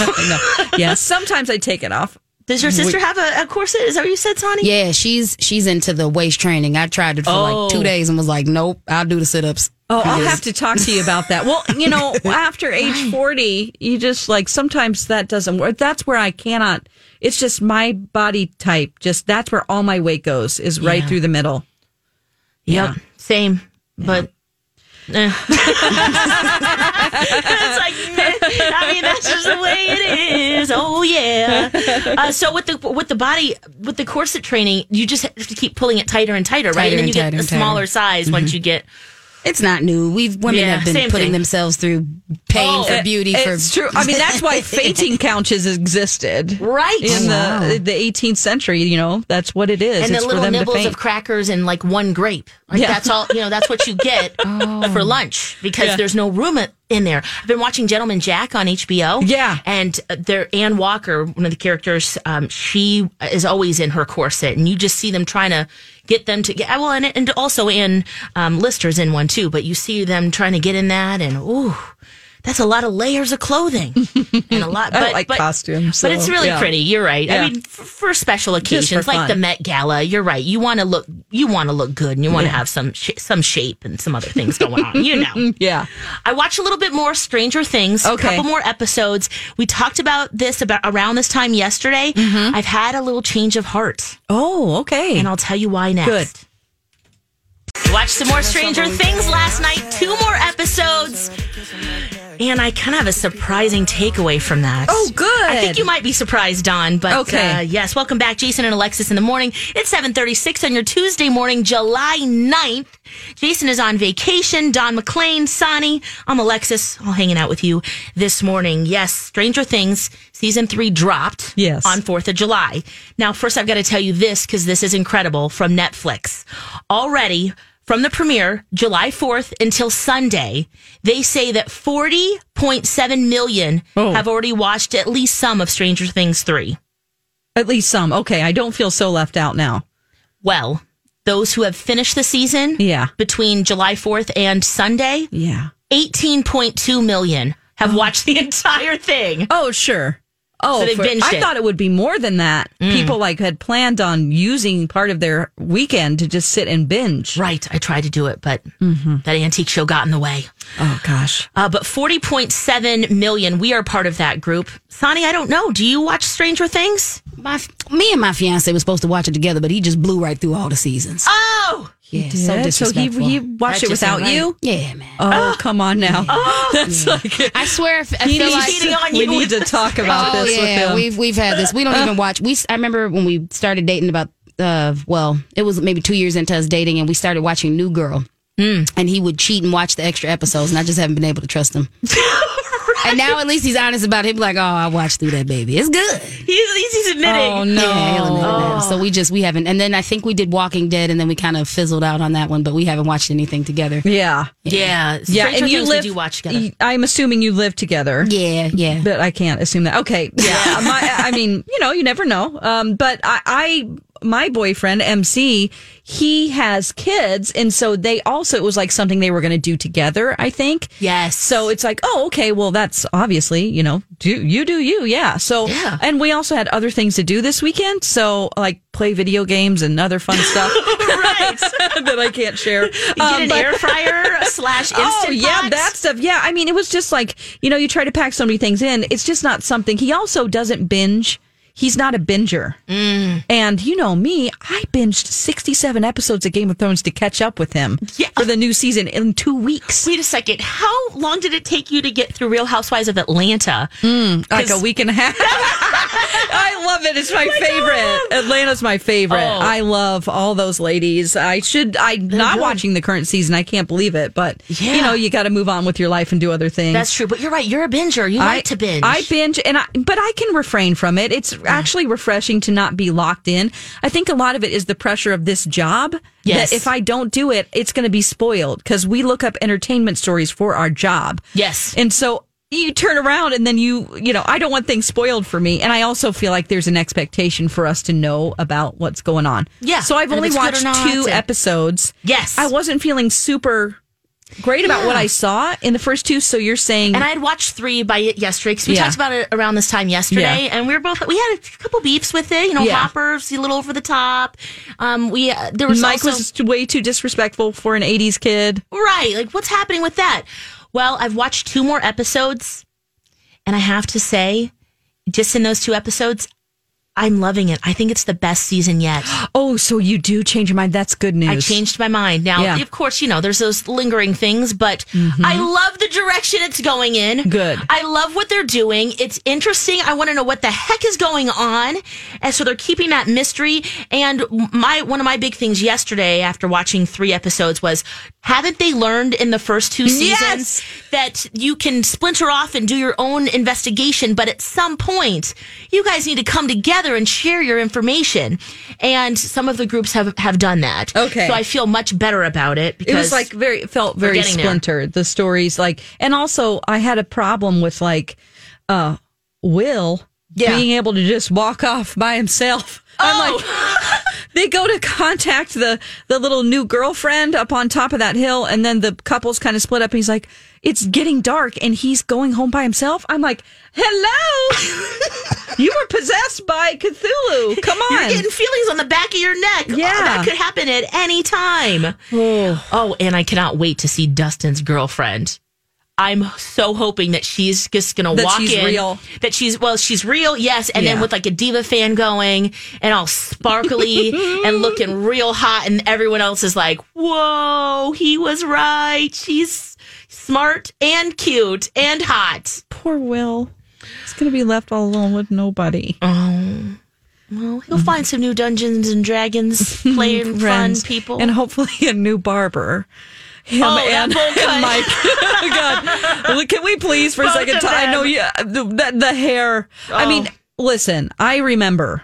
Speaker 1: *laughs*
Speaker 2: yeah. Sometimes I take it off.
Speaker 1: Does your sister have a, a corset? Is that what you said, Tony?
Speaker 3: Yeah, she's she's into the waist training. I tried it for
Speaker 1: Oh.
Speaker 3: like two days and was like, nope, I'll do the sit ups.
Speaker 2: Oh, I'll have to talk to you about that. Well, you *laughs* know, after age 40, you just like sometimes that doesn't work. That's where I cannot. It's just my body type. Just that's where all my weight goes is right
Speaker 1: Yeah.
Speaker 2: through the middle.
Speaker 1: Yep. Same. but.
Speaker 3: *laughs*
Speaker 1: eh. *laughs* it's like, meh. I mean, that's just the way it is. Oh yeah. Uh, so with the with the body with the corset training, you just have to keep pulling it tighter and tighter, right?
Speaker 3: Tighter
Speaker 1: and then
Speaker 3: and
Speaker 1: you get
Speaker 3: tighter
Speaker 1: a
Speaker 3: Mm-hmm. and tighter.
Speaker 1: smaller size once you get.
Speaker 3: It's not new. We've women
Speaker 1: Yeah,
Speaker 3: have been
Speaker 1: same
Speaker 3: putting
Speaker 1: thing.
Speaker 3: themselves through pain
Speaker 1: Oh,
Speaker 3: for beauty. for
Speaker 2: It's true. I mean, that's *laughs* why fainting couches existed.
Speaker 1: Right.
Speaker 2: In the the 18th century, you know, that's what it is.
Speaker 1: And
Speaker 2: it's
Speaker 1: the
Speaker 2: for
Speaker 1: little
Speaker 2: them to
Speaker 1: nibbles
Speaker 2: faint.
Speaker 1: of crackers and like one grape. Like
Speaker 2: Yeah. Oh.
Speaker 1: that's all. You know, that's what you
Speaker 2: *laughs*
Speaker 1: get for lunch because there's no room i- in there. I've been watching Gentleman Jack on HBO.
Speaker 2: Yeah.
Speaker 1: and uh, there Anne Walker, one of the characters, um, she is always in her corset, and you just see them trying to get them to get. uh, Well, and and also in um, Lister's in one too, but you see them trying to get in that, and ooh. That's a lot of layers of
Speaker 2: *laughs*
Speaker 1: clothing and a lot, but
Speaker 2: like
Speaker 1: but-
Speaker 2: costumes,
Speaker 1: but it's
Speaker 2: so,
Speaker 1: really
Speaker 2: yeah.
Speaker 1: pretty. You're right. I
Speaker 2: Yeah.
Speaker 1: mean, f- for special occasions like
Speaker 2: fun.
Speaker 1: the Met Gala, you're right. You want to look, you want to look good, and you want to have some sh- some shape and some other things going on. You
Speaker 2: *laughs*
Speaker 1: know.
Speaker 2: Yeah.
Speaker 1: I watched a little bit more Stranger Things.
Speaker 2: Okay.
Speaker 1: A couple more episodes. We talked about this about around this time yesterday.
Speaker 2: Mm-hmm.
Speaker 1: I've had a little change of heart,
Speaker 2: Oh, okay.
Speaker 1: and I'll tell you why next.
Speaker 2: Good.
Speaker 1: Watched some more Stranger Things last night. Two more episodes. And I kind of have a surprising takeaway from that.
Speaker 2: Oh, good.
Speaker 1: I think you might be surprised, Don. But
Speaker 2: Okay.
Speaker 1: uh, yes, welcome back, Jason and Alexis in the morning. It's seven thirty-six on your Tuesday morning, July 9th. Jason is on vacation. Don McLean, Sonny, I'm Alexis. All hanging out with you this morning. Yes, Stranger Things season three dropped.
Speaker 2: Yes.
Speaker 1: on Fourth of July. Now, first, I've got to tell you this because this is incredible from Netflix. Already. From the premiere, July 4th until Sunday, they say that 40.7 million have already watched at least some of Stranger Things 3.
Speaker 2: At least some. Okay. I don't feel so left out now.
Speaker 1: Well, those who have finished the season
Speaker 2: Yeah.
Speaker 1: between July 4th and Sunday,
Speaker 2: Yeah.
Speaker 1: 18.2 million have watched the *laughs* entire thing.
Speaker 2: Oh, sure. Oh,
Speaker 1: So they
Speaker 2: for-
Speaker 1: binged
Speaker 2: I
Speaker 1: it. Mm.
Speaker 2: thought it would be more than that. People like had planned on using part of their weekend to just sit and binge.
Speaker 1: Right. I tried to do it, but that antique show got in the way.
Speaker 2: Oh gosh.
Speaker 1: Uh, but 40.7 million, we are part of that group. Sonny, I don't know. Do you watch Stranger Things?
Speaker 3: my, me and my fiance were supposed to watch it together, but he just blew right through all the seasons.
Speaker 1: Oh!
Speaker 3: yeah, so
Speaker 2: so he
Speaker 3: disrespectful.
Speaker 2: he watched
Speaker 1: That
Speaker 2: it
Speaker 1: just
Speaker 2: without
Speaker 1: ain't right. Oh,
Speaker 2: you.
Speaker 3: yeah, man.
Speaker 2: Oh, come
Speaker 1: *laughs*
Speaker 2: on now. That's like
Speaker 3: I swear, if, I
Speaker 2: He
Speaker 3: feel
Speaker 2: needs
Speaker 3: like
Speaker 1: cheating on
Speaker 2: we
Speaker 1: you
Speaker 2: need to talk about
Speaker 3: oh
Speaker 2: this with
Speaker 3: yeah,
Speaker 2: him.
Speaker 3: we've we've had this. We don't even watch. We I remember when we started dating about uh well, it was maybe two years into us dating, and we started watching New Girl. And he would cheat and watch the extra episodes, and I just haven't been able to trust *laughs* him. And now at least he's honest about it. He'd be like, "Oh, I watched through that baby. It's good."
Speaker 1: He's, he's, he's admitting.
Speaker 3: Oh no! So we just we haven't, and then I think we did Walking Dead, and then we kind of fizzled out on that one, but we haven't watched anything together.
Speaker 2: yeah.
Speaker 1: Yeah.
Speaker 2: Yeah,
Speaker 1: Stranger
Speaker 2: and you
Speaker 1: Things
Speaker 2: live
Speaker 1: we do watch together.
Speaker 2: y- I'm assuming you live together.
Speaker 3: Yeah, yeah.
Speaker 2: But I can't assume that. Okay. Yeah. my, I mean, you know, you never know. Um, but I, I, my boyfriend, MC, he has kids. And so they also, it was like something they were going to do together, I think.
Speaker 1: Yes.
Speaker 2: So it's like, oh, okay. Well, that's obviously, you know, do you do you. Yeah. So,
Speaker 1: Yeah.
Speaker 2: and we also had other things to do this weekend. So like play video games and other
Speaker 1: *laughs*
Speaker 2: fun stuff *laughs*
Speaker 1: right.
Speaker 2: that I can't share.
Speaker 1: You get
Speaker 2: Um,
Speaker 1: an
Speaker 2: but-
Speaker 1: air *laughs* fryer slash instant
Speaker 2: oh yeah
Speaker 1: pot.
Speaker 2: that stuff yeah i mean it was just like you know you try to pack so many things in it's just not something he also doesn't binge he's not a binger
Speaker 1: Mm.
Speaker 2: and you know me i binged 67 episodes of game of thrones to catch up with him
Speaker 1: Yeah.
Speaker 2: for the new season in two weeks
Speaker 1: Wait a second. How long did it take you to get through Real Housewives of Atlanta?
Speaker 2: like a week and
Speaker 1: *laughs*
Speaker 2: a half I love it. It's my, favorite. Atlanta's my favorite.
Speaker 1: Oh.
Speaker 2: I love all those ladies. I should. I'm not watching the current season. I can't believe it. But
Speaker 1: Yeah.
Speaker 2: you know, you got to move on with your life and do other things.
Speaker 1: That's true, but you're right. You're a binger. You like to binge.
Speaker 2: I binge, and I, but I can refrain from it. It's actually refreshing to not be locked in. I think a lot of it is the pressure of this job.
Speaker 1: Yes.
Speaker 2: That if I don't do it, it's going to be spoiled because we look up entertainment stories for our job.
Speaker 1: Yes.
Speaker 2: And so you turn around and then you, you know, I don't want things spoiled for me. And I also feel like there's an expectation for us to know about what's going on.
Speaker 1: Yeah.
Speaker 2: So I've
Speaker 1: And if
Speaker 2: only
Speaker 1: it's good or
Speaker 2: watched
Speaker 1: not,
Speaker 2: two
Speaker 1: and-
Speaker 2: episodes.
Speaker 1: Yes.
Speaker 2: I wasn't feeling super great about what I saw in the first two. So you're saying.
Speaker 1: and I had watched three by yesterday because we
Speaker 2: Yeah.
Speaker 1: talked about it around this time yesterday,
Speaker 2: Yeah.
Speaker 1: and we were both we had a couple beefs with it. You know,
Speaker 2: Yeah.
Speaker 1: Hopper's a little over the top. Um, we uh, there was
Speaker 2: Mike
Speaker 1: also,
Speaker 2: was way too disrespectful for an 80s kid.
Speaker 1: Right. Like, what's happening with that? Well, I've watched two more episodes, and I have to say, just in those two episodes, I'm loving it. I think it's the best season yet.
Speaker 2: Oh, so you do change your mind. That's good news.
Speaker 1: I changed my mind. Now,
Speaker 2: Yeah. Mm-hmm.
Speaker 1: of course, you know, there's those lingering things, but I love the direction it's going in.
Speaker 2: Good.
Speaker 1: I love what they're doing. It's interesting. I want to know what the heck is going on. And so they're keeping that mystery. And my one of my big things yesterday after watching three episodes was haven't they learned in the first two seasons
Speaker 2: Yes!
Speaker 1: that you can splinter off and do your own investigation, but at some point you guys need to come together and share your information. And some of the groups have, have done that.
Speaker 2: Okay.
Speaker 1: So I feel much better about it because
Speaker 2: it was like very it felt very
Speaker 1: getting there.
Speaker 2: splintered. The stories like, and also I had a problem with like, uh, Will
Speaker 1: Yeah. Oh.
Speaker 2: being able to just walk off by himself. I'm like, *laughs* they go to contact the the little new girlfriend up on top of that hill, and then the couples kind of split up. And he's like, it's getting dark, and he's going home by himself. I'm like,
Speaker 1: *laughs*
Speaker 2: hello, you were possessed by Cthulhu. Come on,
Speaker 1: You're getting feelings on the back of your neck. Oh,
Speaker 2: Yeah.
Speaker 1: that could happen at any time.
Speaker 2: Oh.
Speaker 1: Oh, and I cannot wait to see Dustin's girlfriend. I'm so hoping that she's just gonna
Speaker 2: That
Speaker 1: walk
Speaker 2: she's
Speaker 1: in.
Speaker 2: real.
Speaker 1: That she's well, she's real, yes, and then
Speaker 2: Yeah.
Speaker 1: with like a diva fan going and all *laughs* sparkly and looking real hot, and everyone else is like, "Whoa, he was right. She's smart and cute and hot."
Speaker 2: poor Will. He's gonna be left all alone with nobody.
Speaker 1: Well, he'll find some new Dungeons and *laughs* Dragons playing fun
Speaker 2: friends,
Speaker 1: people.
Speaker 2: and hopefully a new barber. Him
Speaker 1: Oh, that
Speaker 2: and,
Speaker 1: bowl cut.
Speaker 2: and Mike.
Speaker 1: *laughs*
Speaker 2: oh, God, Look, can we please for a
Speaker 1: Both
Speaker 2: second?
Speaker 1: of
Speaker 2: ti- I
Speaker 1: them. Oh.
Speaker 2: know you. uh, The, the, the hair. I mean, listen. I remember,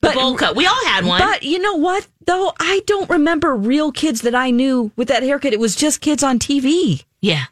Speaker 1: the bowl cut. We all had one.
Speaker 2: but you know what? Though I don't remember real kids that I knew with that haircut. It was just kids on TV,
Speaker 1: yeah.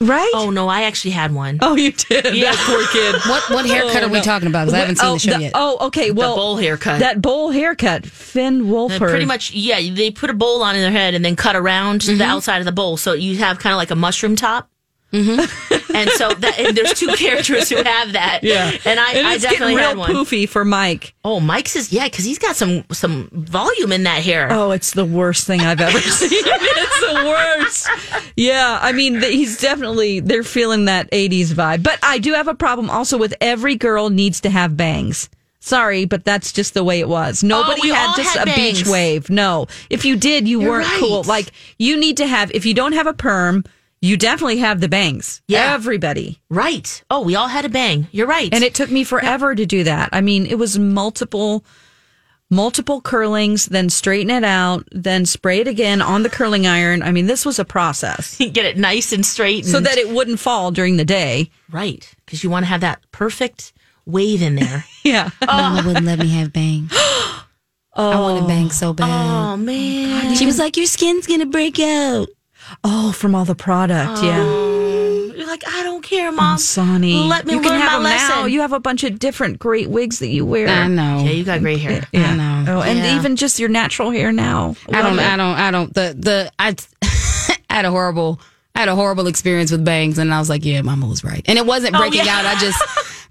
Speaker 2: right?
Speaker 1: Oh no, I actually had one.
Speaker 2: Oh, you did.
Speaker 1: Yeah.
Speaker 2: That poor kid.
Speaker 3: What what haircut
Speaker 2: Oh,
Speaker 3: are we
Speaker 2: no.
Speaker 3: talking about? Because I haven't seen
Speaker 2: oh,
Speaker 3: the show yet.
Speaker 2: Oh, okay. Well,
Speaker 1: bowl haircut.
Speaker 2: That bowl haircut, Finn
Speaker 1: Uh,
Speaker 2: Wolford.
Speaker 1: Pretty much, yeah. They put a bowl on in their head and then cut around
Speaker 2: Mm-hmm.
Speaker 1: the outside of the bowl, so you have kind of like a mushroom top. Mm-hmm. *laughs* and so that, and there's two *laughs* characters who have that.
Speaker 2: Yeah,
Speaker 1: and I, I
Speaker 2: it's
Speaker 1: definitely
Speaker 2: getting real
Speaker 1: had one.
Speaker 2: poofy for Mike.
Speaker 1: Oh, Mike's is yeah, because he's got some some volume in that hair.
Speaker 2: Oh, it's the worst thing I've ever *laughs* seen. it's the worst. Yeah, I mean, th- he's definitely they're feeling that '80s vibe. But I do have a problem also with every girl needs to have bangs. Sorry, but that's just the way it was. Nobody
Speaker 1: Oh, we all
Speaker 2: had just
Speaker 1: had
Speaker 2: a beach
Speaker 1: bangs.
Speaker 2: wave. No, if you did, you weren't
Speaker 1: right.
Speaker 2: cool. Like you need to have. If you don't have a perm, you definitely have the bangs.
Speaker 1: Yeah.
Speaker 2: everybody.
Speaker 1: Right. Oh, we all had a bang. You're right. *laughs*
Speaker 2: And it took me forever to do that. I mean, it was multiple multiple curlings, then straighten it out, then spray it again on the curling iron. I mean, this was
Speaker 1: *laughs*
Speaker 2: a process
Speaker 1: get it nice and straight.
Speaker 2: so
Speaker 1: and-
Speaker 2: that it wouldn't fall during the day.
Speaker 1: right, because you want to have that perfect wave in
Speaker 2: *laughs*
Speaker 1: there.
Speaker 2: Yeah.
Speaker 3: Mama wouldn't let me
Speaker 2: *gasps*
Speaker 3: have bangs.
Speaker 2: Oh.
Speaker 3: I want a bang so bad.
Speaker 1: oh man.
Speaker 3: She was like, "Your skin's gonna break out."
Speaker 2: Oh, from all the product. Yeah.
Speaker 1: You're like, I don't care, mom.
Speaker 2: Sonny.
Speaker 1: Let me
Speaker 2: you
Speaker 1: learn
Speaker 2: can have
Speaker 1: my
Speaker 2: 'em now.
Speaker 1: lesson.
Speaker 2: You have a bunch of different great wigs that you wear.
Speaker 3: I know.
Speaker 1: yeah, you got gray
Speaker 2: *laughs*
Speaker 1: hair.
Speaker 3: I know.
Speaker 2: Oh, and
Speaker 1: Yeah.
Speaker 2: even just your natural hair now.
Speaker 3: I don't.
Speaker 2: Love it.
Speaker 3: I don't. I don't. The the I, *laughs* I had a horrible. I had a horrible experience with bangs, and I was like, "Yeah, Mama was right." And it wasn't breaking
Speaker 1: Oh, yeah.
Speaker 3: out. I just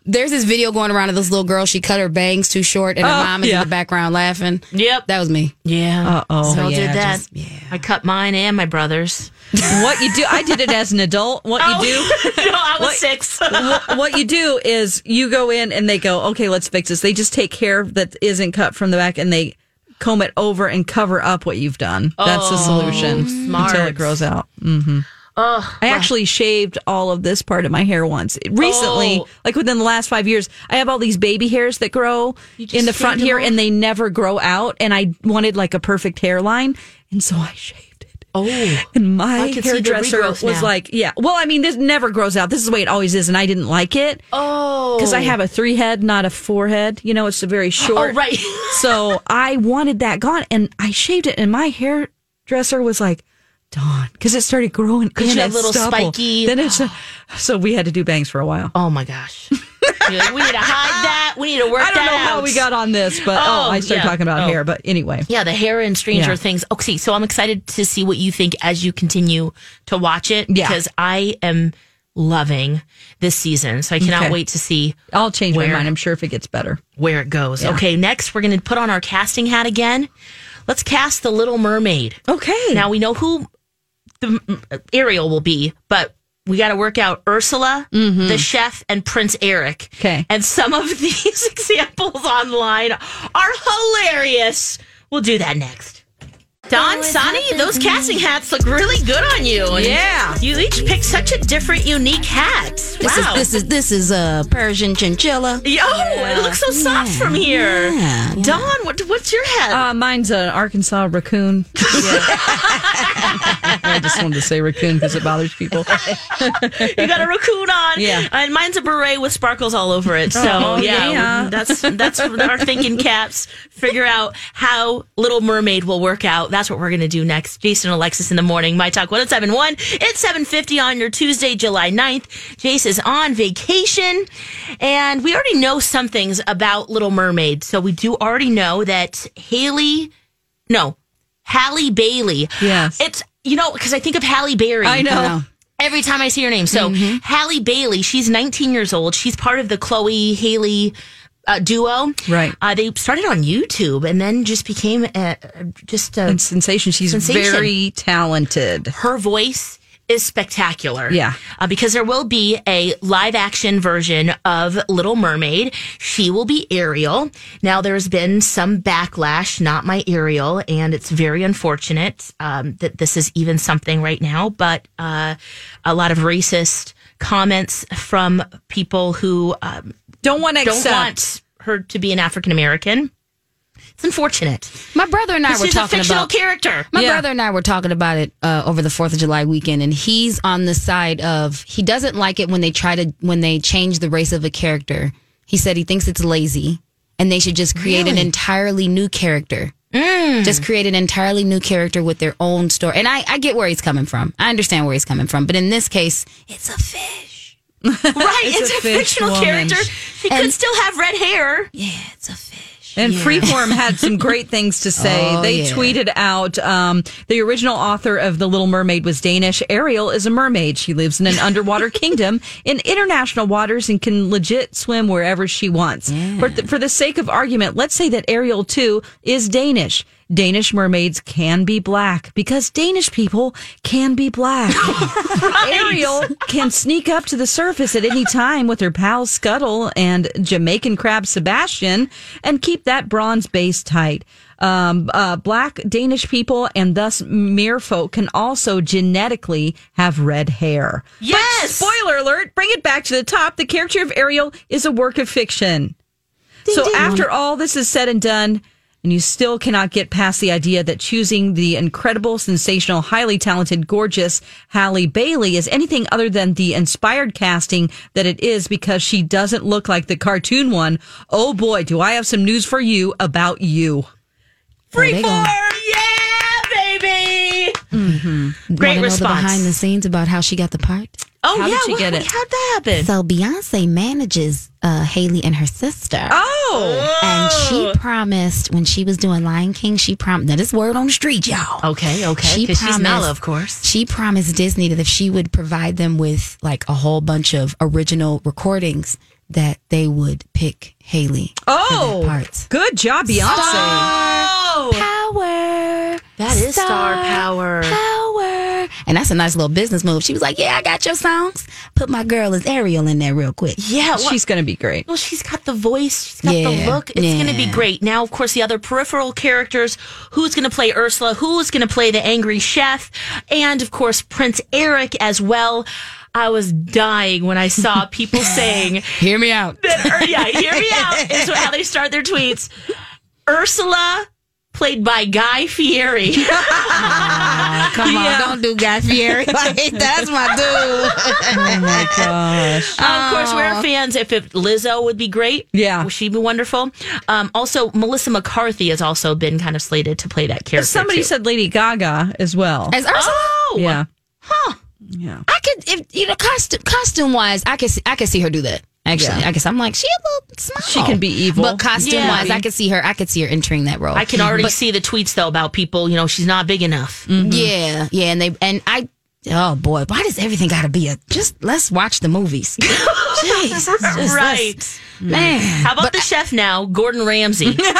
Speaker 3: there's this video going around of this little girl. She cut her bangs too short, and her
Speaker 2: Oh,
Speaker 3: mom is
Speaker 2: yeah.
Speaker 3: in the background laughing.
Speaker 1: Yep.
Speaker 3: That was me.
Speaker 1: Yeah.
Speaker 2: Uh oh.
Speaker 1: So
Speaker 3: yeah,
Speaker 1: did
Speaker 3: I
Speaker 1: that.
Speaker 3: just- yeah.
Speaker 1: I cut mine and my brother's.
Speaker 2: *laughs*
Speaker 1: *laughs*
Speaker 2: what you do? I did it as an adult. What you do?
Speaker 1: no, I was
Speaker 2: What-
Speaker 1: six.
Speaker 2: *laughs* Wh- what you do is you go in and they go, okay, let's fix this. They just take hair that isn't cut from the back and they comb it over and cover up what you've done. That's the solution
Speaker 1: Oh, smart.
Speaker 2: until it grows out. hmm I actually shaved all of this part of my hair once It- recently,
Speaker 1: Oh.
Speaker 2: like within the last five years. I have all these baby hairs that grow
Speaker 1: just
Speaker 2: in the front
Speaker 1: shaved 'em
Speaker 2: here
Speaker 1: off?
Speaker 2: and they never grow out. And I wanted like a perfect hairline. And so I shaved it.
Speaker 1: oh.
Speaker 2: And my
Speaker 1: I can see the
Speaker 2: hairdresser
Speaker 1: regrowth
Speaker 2: was
Speaker 1: now.
Speaker 2: like, yeah, well, I mean, this never grows out. This is the way it always is. And I didn't like it
Speaker 1: Oh.
Speaker 2: because I have a three head, not a four head. You know, it's a very short.
Speaker 1: Oh,
Speaker 2: *laughs*
Speaker 1: right. *laughs*
Speaker 2: so I wanted that gone and I shaved it. And my hairdresser was like, Dawn, because it started growing. Because
Speaker 1: you have little spiky- uh,
Speaker 2: Then it's *sighs* so we had to do bangs for a while.
Speaker 1: Oh my gosh. You're like, we need to
Speaker 2: *laughs*
Speaker 1: hide that. We need to work
Speaker 2: I
Speaker 1: that
Speaker 2: don't know
Speaker 1: out.
Speaker 2: how we got on this, but oh,
Speaker 1: Oh,
Speaker 2: I started
Speaker 1: yeah.
Speaker 2: talking about
Speaker 1: Oh.
Speaker 2: hair. But anyway,
Speaker 1: Yeah, the hair and Stranger
Speaker 2: Yeah.
Speaker 1: Things. Okay, so I'm excited to see what you think as you continue to watch it
Speaker 2: Yeah.
Speaker 1: because I am loving this season. So I cannot
Speaker 2: Okay.
Speaker 1: wait to see
Speaker 2: I'll change
Speaker 1: Where?
Speaker 2: my mind. I'm sure if it gets better.
Speaker 1: where it goes. Okay, next we're going to put on our casting hat again. Let's cast the Little Mermaid.
Speaker 2: Okay.
Speaker 1: Now we know who the m- Ariel will be, but we got to work out Ursula,
Speaker 3: Mm-hmm.
Speaker 1: the chef, and Prince Eric.
Speaker 2: Okay.
Speaker 1: And some of *laughs* these examples online are hilarious. We'll do that next.
Speaker 3: Oh,
Speaker 1: Don, Sonny, those casting hats look really good on you. And
Speaker 2: Yeah.
Speaker 1: You each picked such a different, unique hat.
Speaker 3: This
Speaker 1: wow.
Speaker 3: is this is this is a Persian chinchilla.
Speaker 1: Yo, Oh, it looks so soft from here.
Speaker 3: Yeah, yeah.
Speaker 1: Don, what, what's your hat?
Speaker 2: Uh, mine's an Arkansas raccoon. *laughs* I just wanted to say raccoon because it bothers people.
Speaker 1: you got a raccoon on.
Speaker 2: Yeah.
Speaker 1: And mine's a beret with sparkles all over it. So
Speaker 2: Oh,
Speaker 1: yeah,
Speaker 2: yeah.
Speaker 1: that's that's our thinking caps. Figure out how Little Mermaid will work out. That's what we're gonna do next. Jason and Alexis in the morning, my talk 1071. It's seven fifty on your Tuesday, July 9th. Jace is on vacation. And we already know some things about Little Mermaid. So we do already know that Haley no, Halle Bailey.
Speaker 2: Yes.
Speaker 1: It's you know, because I think of Halle Berry
Speaker 2: I know.
Speaker 1: every time I see her name. So
Speaker 2: Mm-hmm.
Speaker 1: Halle Bailey, she's 19 years old. She's part of the Chloe Haley uh, duo.
Speaker 2: Right.
Speaker 1: Uh, they started on YouTube and then just became uh just a,
Speaker 2: And sensation. She's
Speaker 1: Sensation.
Speaker 2: very talented.
Speaker 1: her voice is spectacular.
Speaker 2: Yeah.
Speaker 1: Uh, because there will be a live action version of Little Mermaid. She will be Ariel. Now, there's been some backlash, not my Ariel, and it's very unfortunate um, that this is even something right now, but uh, a lot of racist comments from people who um,
Speaker 2: Don't want to
Speaker 1: don't
Speaker 2: accept.
Speaker 1: want her to be an African American. It's unfortunate.
Speaker 3: My brother and I were
Speaker 1: She's a
Speaker 3: talking
Speaker 1: fictional
Speaker 3: about
Speaker 1: character.
Speaker 3: My
Speaker 2: Yeah.
Speaker 3: brother and I were talking about it uh, over the Fourth of July weekend, and he's on the side of he doesn't like it when they try to when they change the race of a character. He said he thinks it's lazy, and they should just create an entirely new character. Just create an entirely new character with their own story. And I, I get where he's coming from. I understand where he's coming from. But in this case, it's a fish.
Speaker 1: Right, it's,
Speaker 2: a
Speaker 1: a,
Speaker 2: fish
Speaker 1: fictional
Speaker 2: woman.
Speaker 1: character. She could still have red hair.
Speaker 3: Yeah, it's a fish.
Speaker 2: And Freeform had some great things *laughs* to say. they tweeted out um, the original author of The Little Mermaid was Danish. Ariel is a mermaid. She lives in an
Speaker 1: *laughs*
Speaker 2: underwater kingdom in international waters and can legit swim wherever she wants. But th- for the sake of argument, let's say that Ariel too is Danish. Danish mermaids can be black because Danish people can be black. Ariel can sneak up to the surface at any time with her pal Scuttle and Jamaican crab Sebastian and keep that bronze base tight. Um, uh, black Danish people and thus mere folk can also genetically have red hair.
Speaker 1: Yes.
Speaker 2: Spoiler alert, bring it back to the top. The character of Ariel is a work of fiction. so after all this is said and done, and you still cannot get past the idea that choosing the incredible, sensational, highly talented, gorgeous Halle Bailey is anything other than the inspired casting that it is because she doesn't look like the cartoon one. Oh boy, do I have some news for you about you.
Speaker 1: Free
Speaker 3: they gonna-
Speaker 1: form, yeah, baby. Great
Speaker 3: Wanna know the
Speaker 1: response.
Speaker 3: behind the scenes about how she got the part.
Speaker 1: oh
Speaker 2: How
Speaker 1: yeah,
Speaker 2: did she
Speaker 1: what-
Speaker 2: get
Speaker 1: what-
Speaker 2: it?
Speaker 1: how'd that happen?
Speaker 3: So Beyonce manages uh, Haley and her sister.
Speaker 2: Oh,
Speaker 3: And she promised when she was doing Lion King, she promised. Now, this word on the street, y'all.
Speaker 1: okay, okay,
Speaker 3: She
Speaker 1: because she's
Speaker 3: promised-
Speaker 1: Nala, of course.
Speaker 3: She promised Disney that if she would provide them with like a whole bunch of original recordings, that they would pick Haley.
Speaker 2: oh,
Speaker 3: parts.
Speaker 2: good job, Beyonce.
Speaker 1: Oh,
Speaker 3: Power.
Speaker 1: that is star power.
Speaker 3: Power. And that's a nice little business move. She was like, Yeah, I got your songs. Put my girl as Ariel in there real quick.
Speaker 1: Yeah, well,
Speaker 2: She's going to be great.
Speaker 1: well, she's got the voice, she's got
Speaker 3: Yeah,
Speaker 1: the look. It's going to be
Speaker 3: yeah.
Speaker 1: great. Now, of course, the other peripheral characters: who's going to play Ursula, who's going to play the angry chef, and of course Prince Eric as well. I was dying when I saw people saying.
Speaker 3: Hear me *laughs* out.
Speaker 1: that, or, yeah, hear me out. Is how they start their tweets. Ursula, played by Guy Fieri. *laughs*
Speaker 3: Come on, don't do Guy Fieri. *laughs* Like, that's my dude.
Speaker 2: Oh *laughs*
Speaker 1: Of course, we're fans. If it, Lizzo would be great,
Speaker 2: Yeah.
Speaker 1: would she be wonderful? Um, also, Melissa McCarthy has also been kind of slated to play that character.
Speaker 2: Somebody
Speaker 1: too.
Speaker 2: said Lady Gaga as well.
Speaker 3: As Ursula,
Speaker 1: "Oh,
Speaker 2: yeah.
Speaker 3: I could, if you know, costume costume wise, I could see, I could see her do that. Actually, I guess I'm like she a little small.
Speaker 2: She can be evil.
Speaker 3: but costume
Speaker 1: Yeah.
Speaker 3: wise, I could see her. I could see her entering that role.
Speaker 1: I can already see the tweets though about people. You know, she's not big enough.
Speaker 2: Mm.
Speaker 1: *laughs*
Speaker 3: yeah, Mm-hmm. yeah, and they and I. Oh
Speaker 2: *laughs*
Speaker 3: boy,
Speaker 2: Mm-hmm.
Speaker 3: why does everything got to be a? Just let's watch the movies. Jeez, just let's-
Speaker 1: Right.
Speaker 3: Man.
Speaker 1: How about the chef now, Gordon
Speaker 2: *laughs*
Speaker 1: Ramsay?
Speaker 2: yeah.
Speaker 3: That's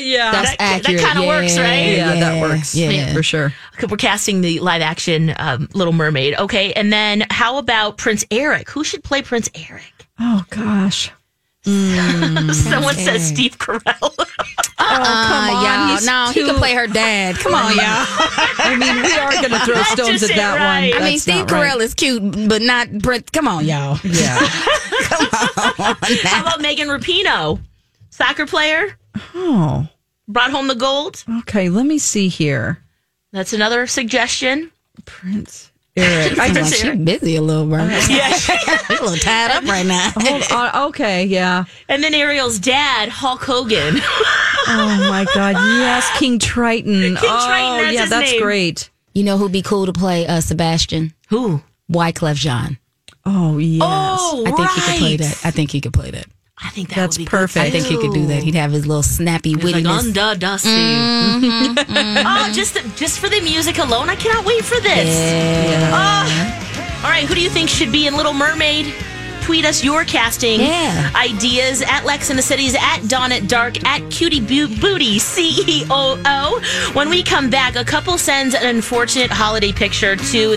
Speaker 1: that- that
Speaker 3: accurate.
Speaker 1: kinda
Speaker 3: yeah,
Speaker 1: works, right?
Speaker 2: yeah, that works.
Speaker 3: Yeah.
Speaker 2: for sure.
Speaker 1: We're casting the live action um, Little Mermaid. Okay, and then how about Prince Eric? Who should play Prince Eric?
Speaker 2: Oh gosh.
Speaker 1: Someone says Steve Carell.
Speaker 3: *laughs*
Speaker 2: Oh, come
Speaker 3: Uh,
Speaker 2: on.
Speaker 3: y'all.
Speaker 2: he's
Speaker 3: no,
Speaker 2: too- *laughs*
Speaker 3: he can play her dad. Come on, y'all.
Speaker 2: I mean, we are going to throw stones at
Speaker 1: just
Speaker 2: that
Speaker 1: ain't right.
Speaker 2: one.
Speaker 1: I
Speaker 3: I mean,
Speaker 2: That's
Speaker 3: Steve
Speaker 2: not right.
Speaker 3: Carell is cute, but not Brent. Come
Speaker 2: *laughs*
Speaker 3: on, y'all.
Speaker 2: Yeah.
Speaker 1: how about Megan Rapinoe, soccer player,
Speaker 2: oh.
Speaker 1: brought home the gold?
Speaker 2: Okay. Let me see here.
Speaker 1: That's another suggestion.
Speaker 2: Prince *laughs* Eric. I
Speaker 1: Prince
Speaker 2: just.
Speaker 1: Eric.
Speaker 3: She's busy a little,
Speaker 2: *laughs*
Speaker 3: bro. *laughs*
Speaker 1: Yes.
Speaker 3: She's a little tied up right now.
Speaker 2: Hold on. Oh, uh, Okay. Yeah.
Speaker 1: and then Ariel's dad, Hulk Hogan.
Speaker 2: Oh my God. Yes. King Triton. King oh,
Speaker 1: Triton, that's
Speaker 2: yeah.
Speaker 1: his
Speaker 2: that's
Speaker 1: name.
Speaker 2: great.
Speaker 3: You know who'd be cool to play uh, Sebastian?
Speaker 1: Who?
Speaker 3: Wyclef Jean.
Speaker 2: Oh yes.
Speaker 1: Oh,
Speaker 3: I think he could play
Speaker 1: right.
Speaker 3: that. I think he could play that.
Speaker 1: I think that
Speaker 2: That's
Speaker 1: would be good,
Speaker 2: perfect.
Speaker 3: I think he could do that. He'd have his little snappy
Speaker 1: It's like
Speaker 3: wittiness.
Speaker 1: under Dusty. *laughs* oh, just the, just for the music alone, I cannot wait for this. Oh. All right, who do you think should be in Little Mermaid? Tweet us your casting
Speaker 3: Yeah.
Speaker 1: ideas at Lex in the Cities, at Dawn at Dark, at Cutie Bo- Booty E CEO. When we come back, a couple sends an unfortunate holiday picture to the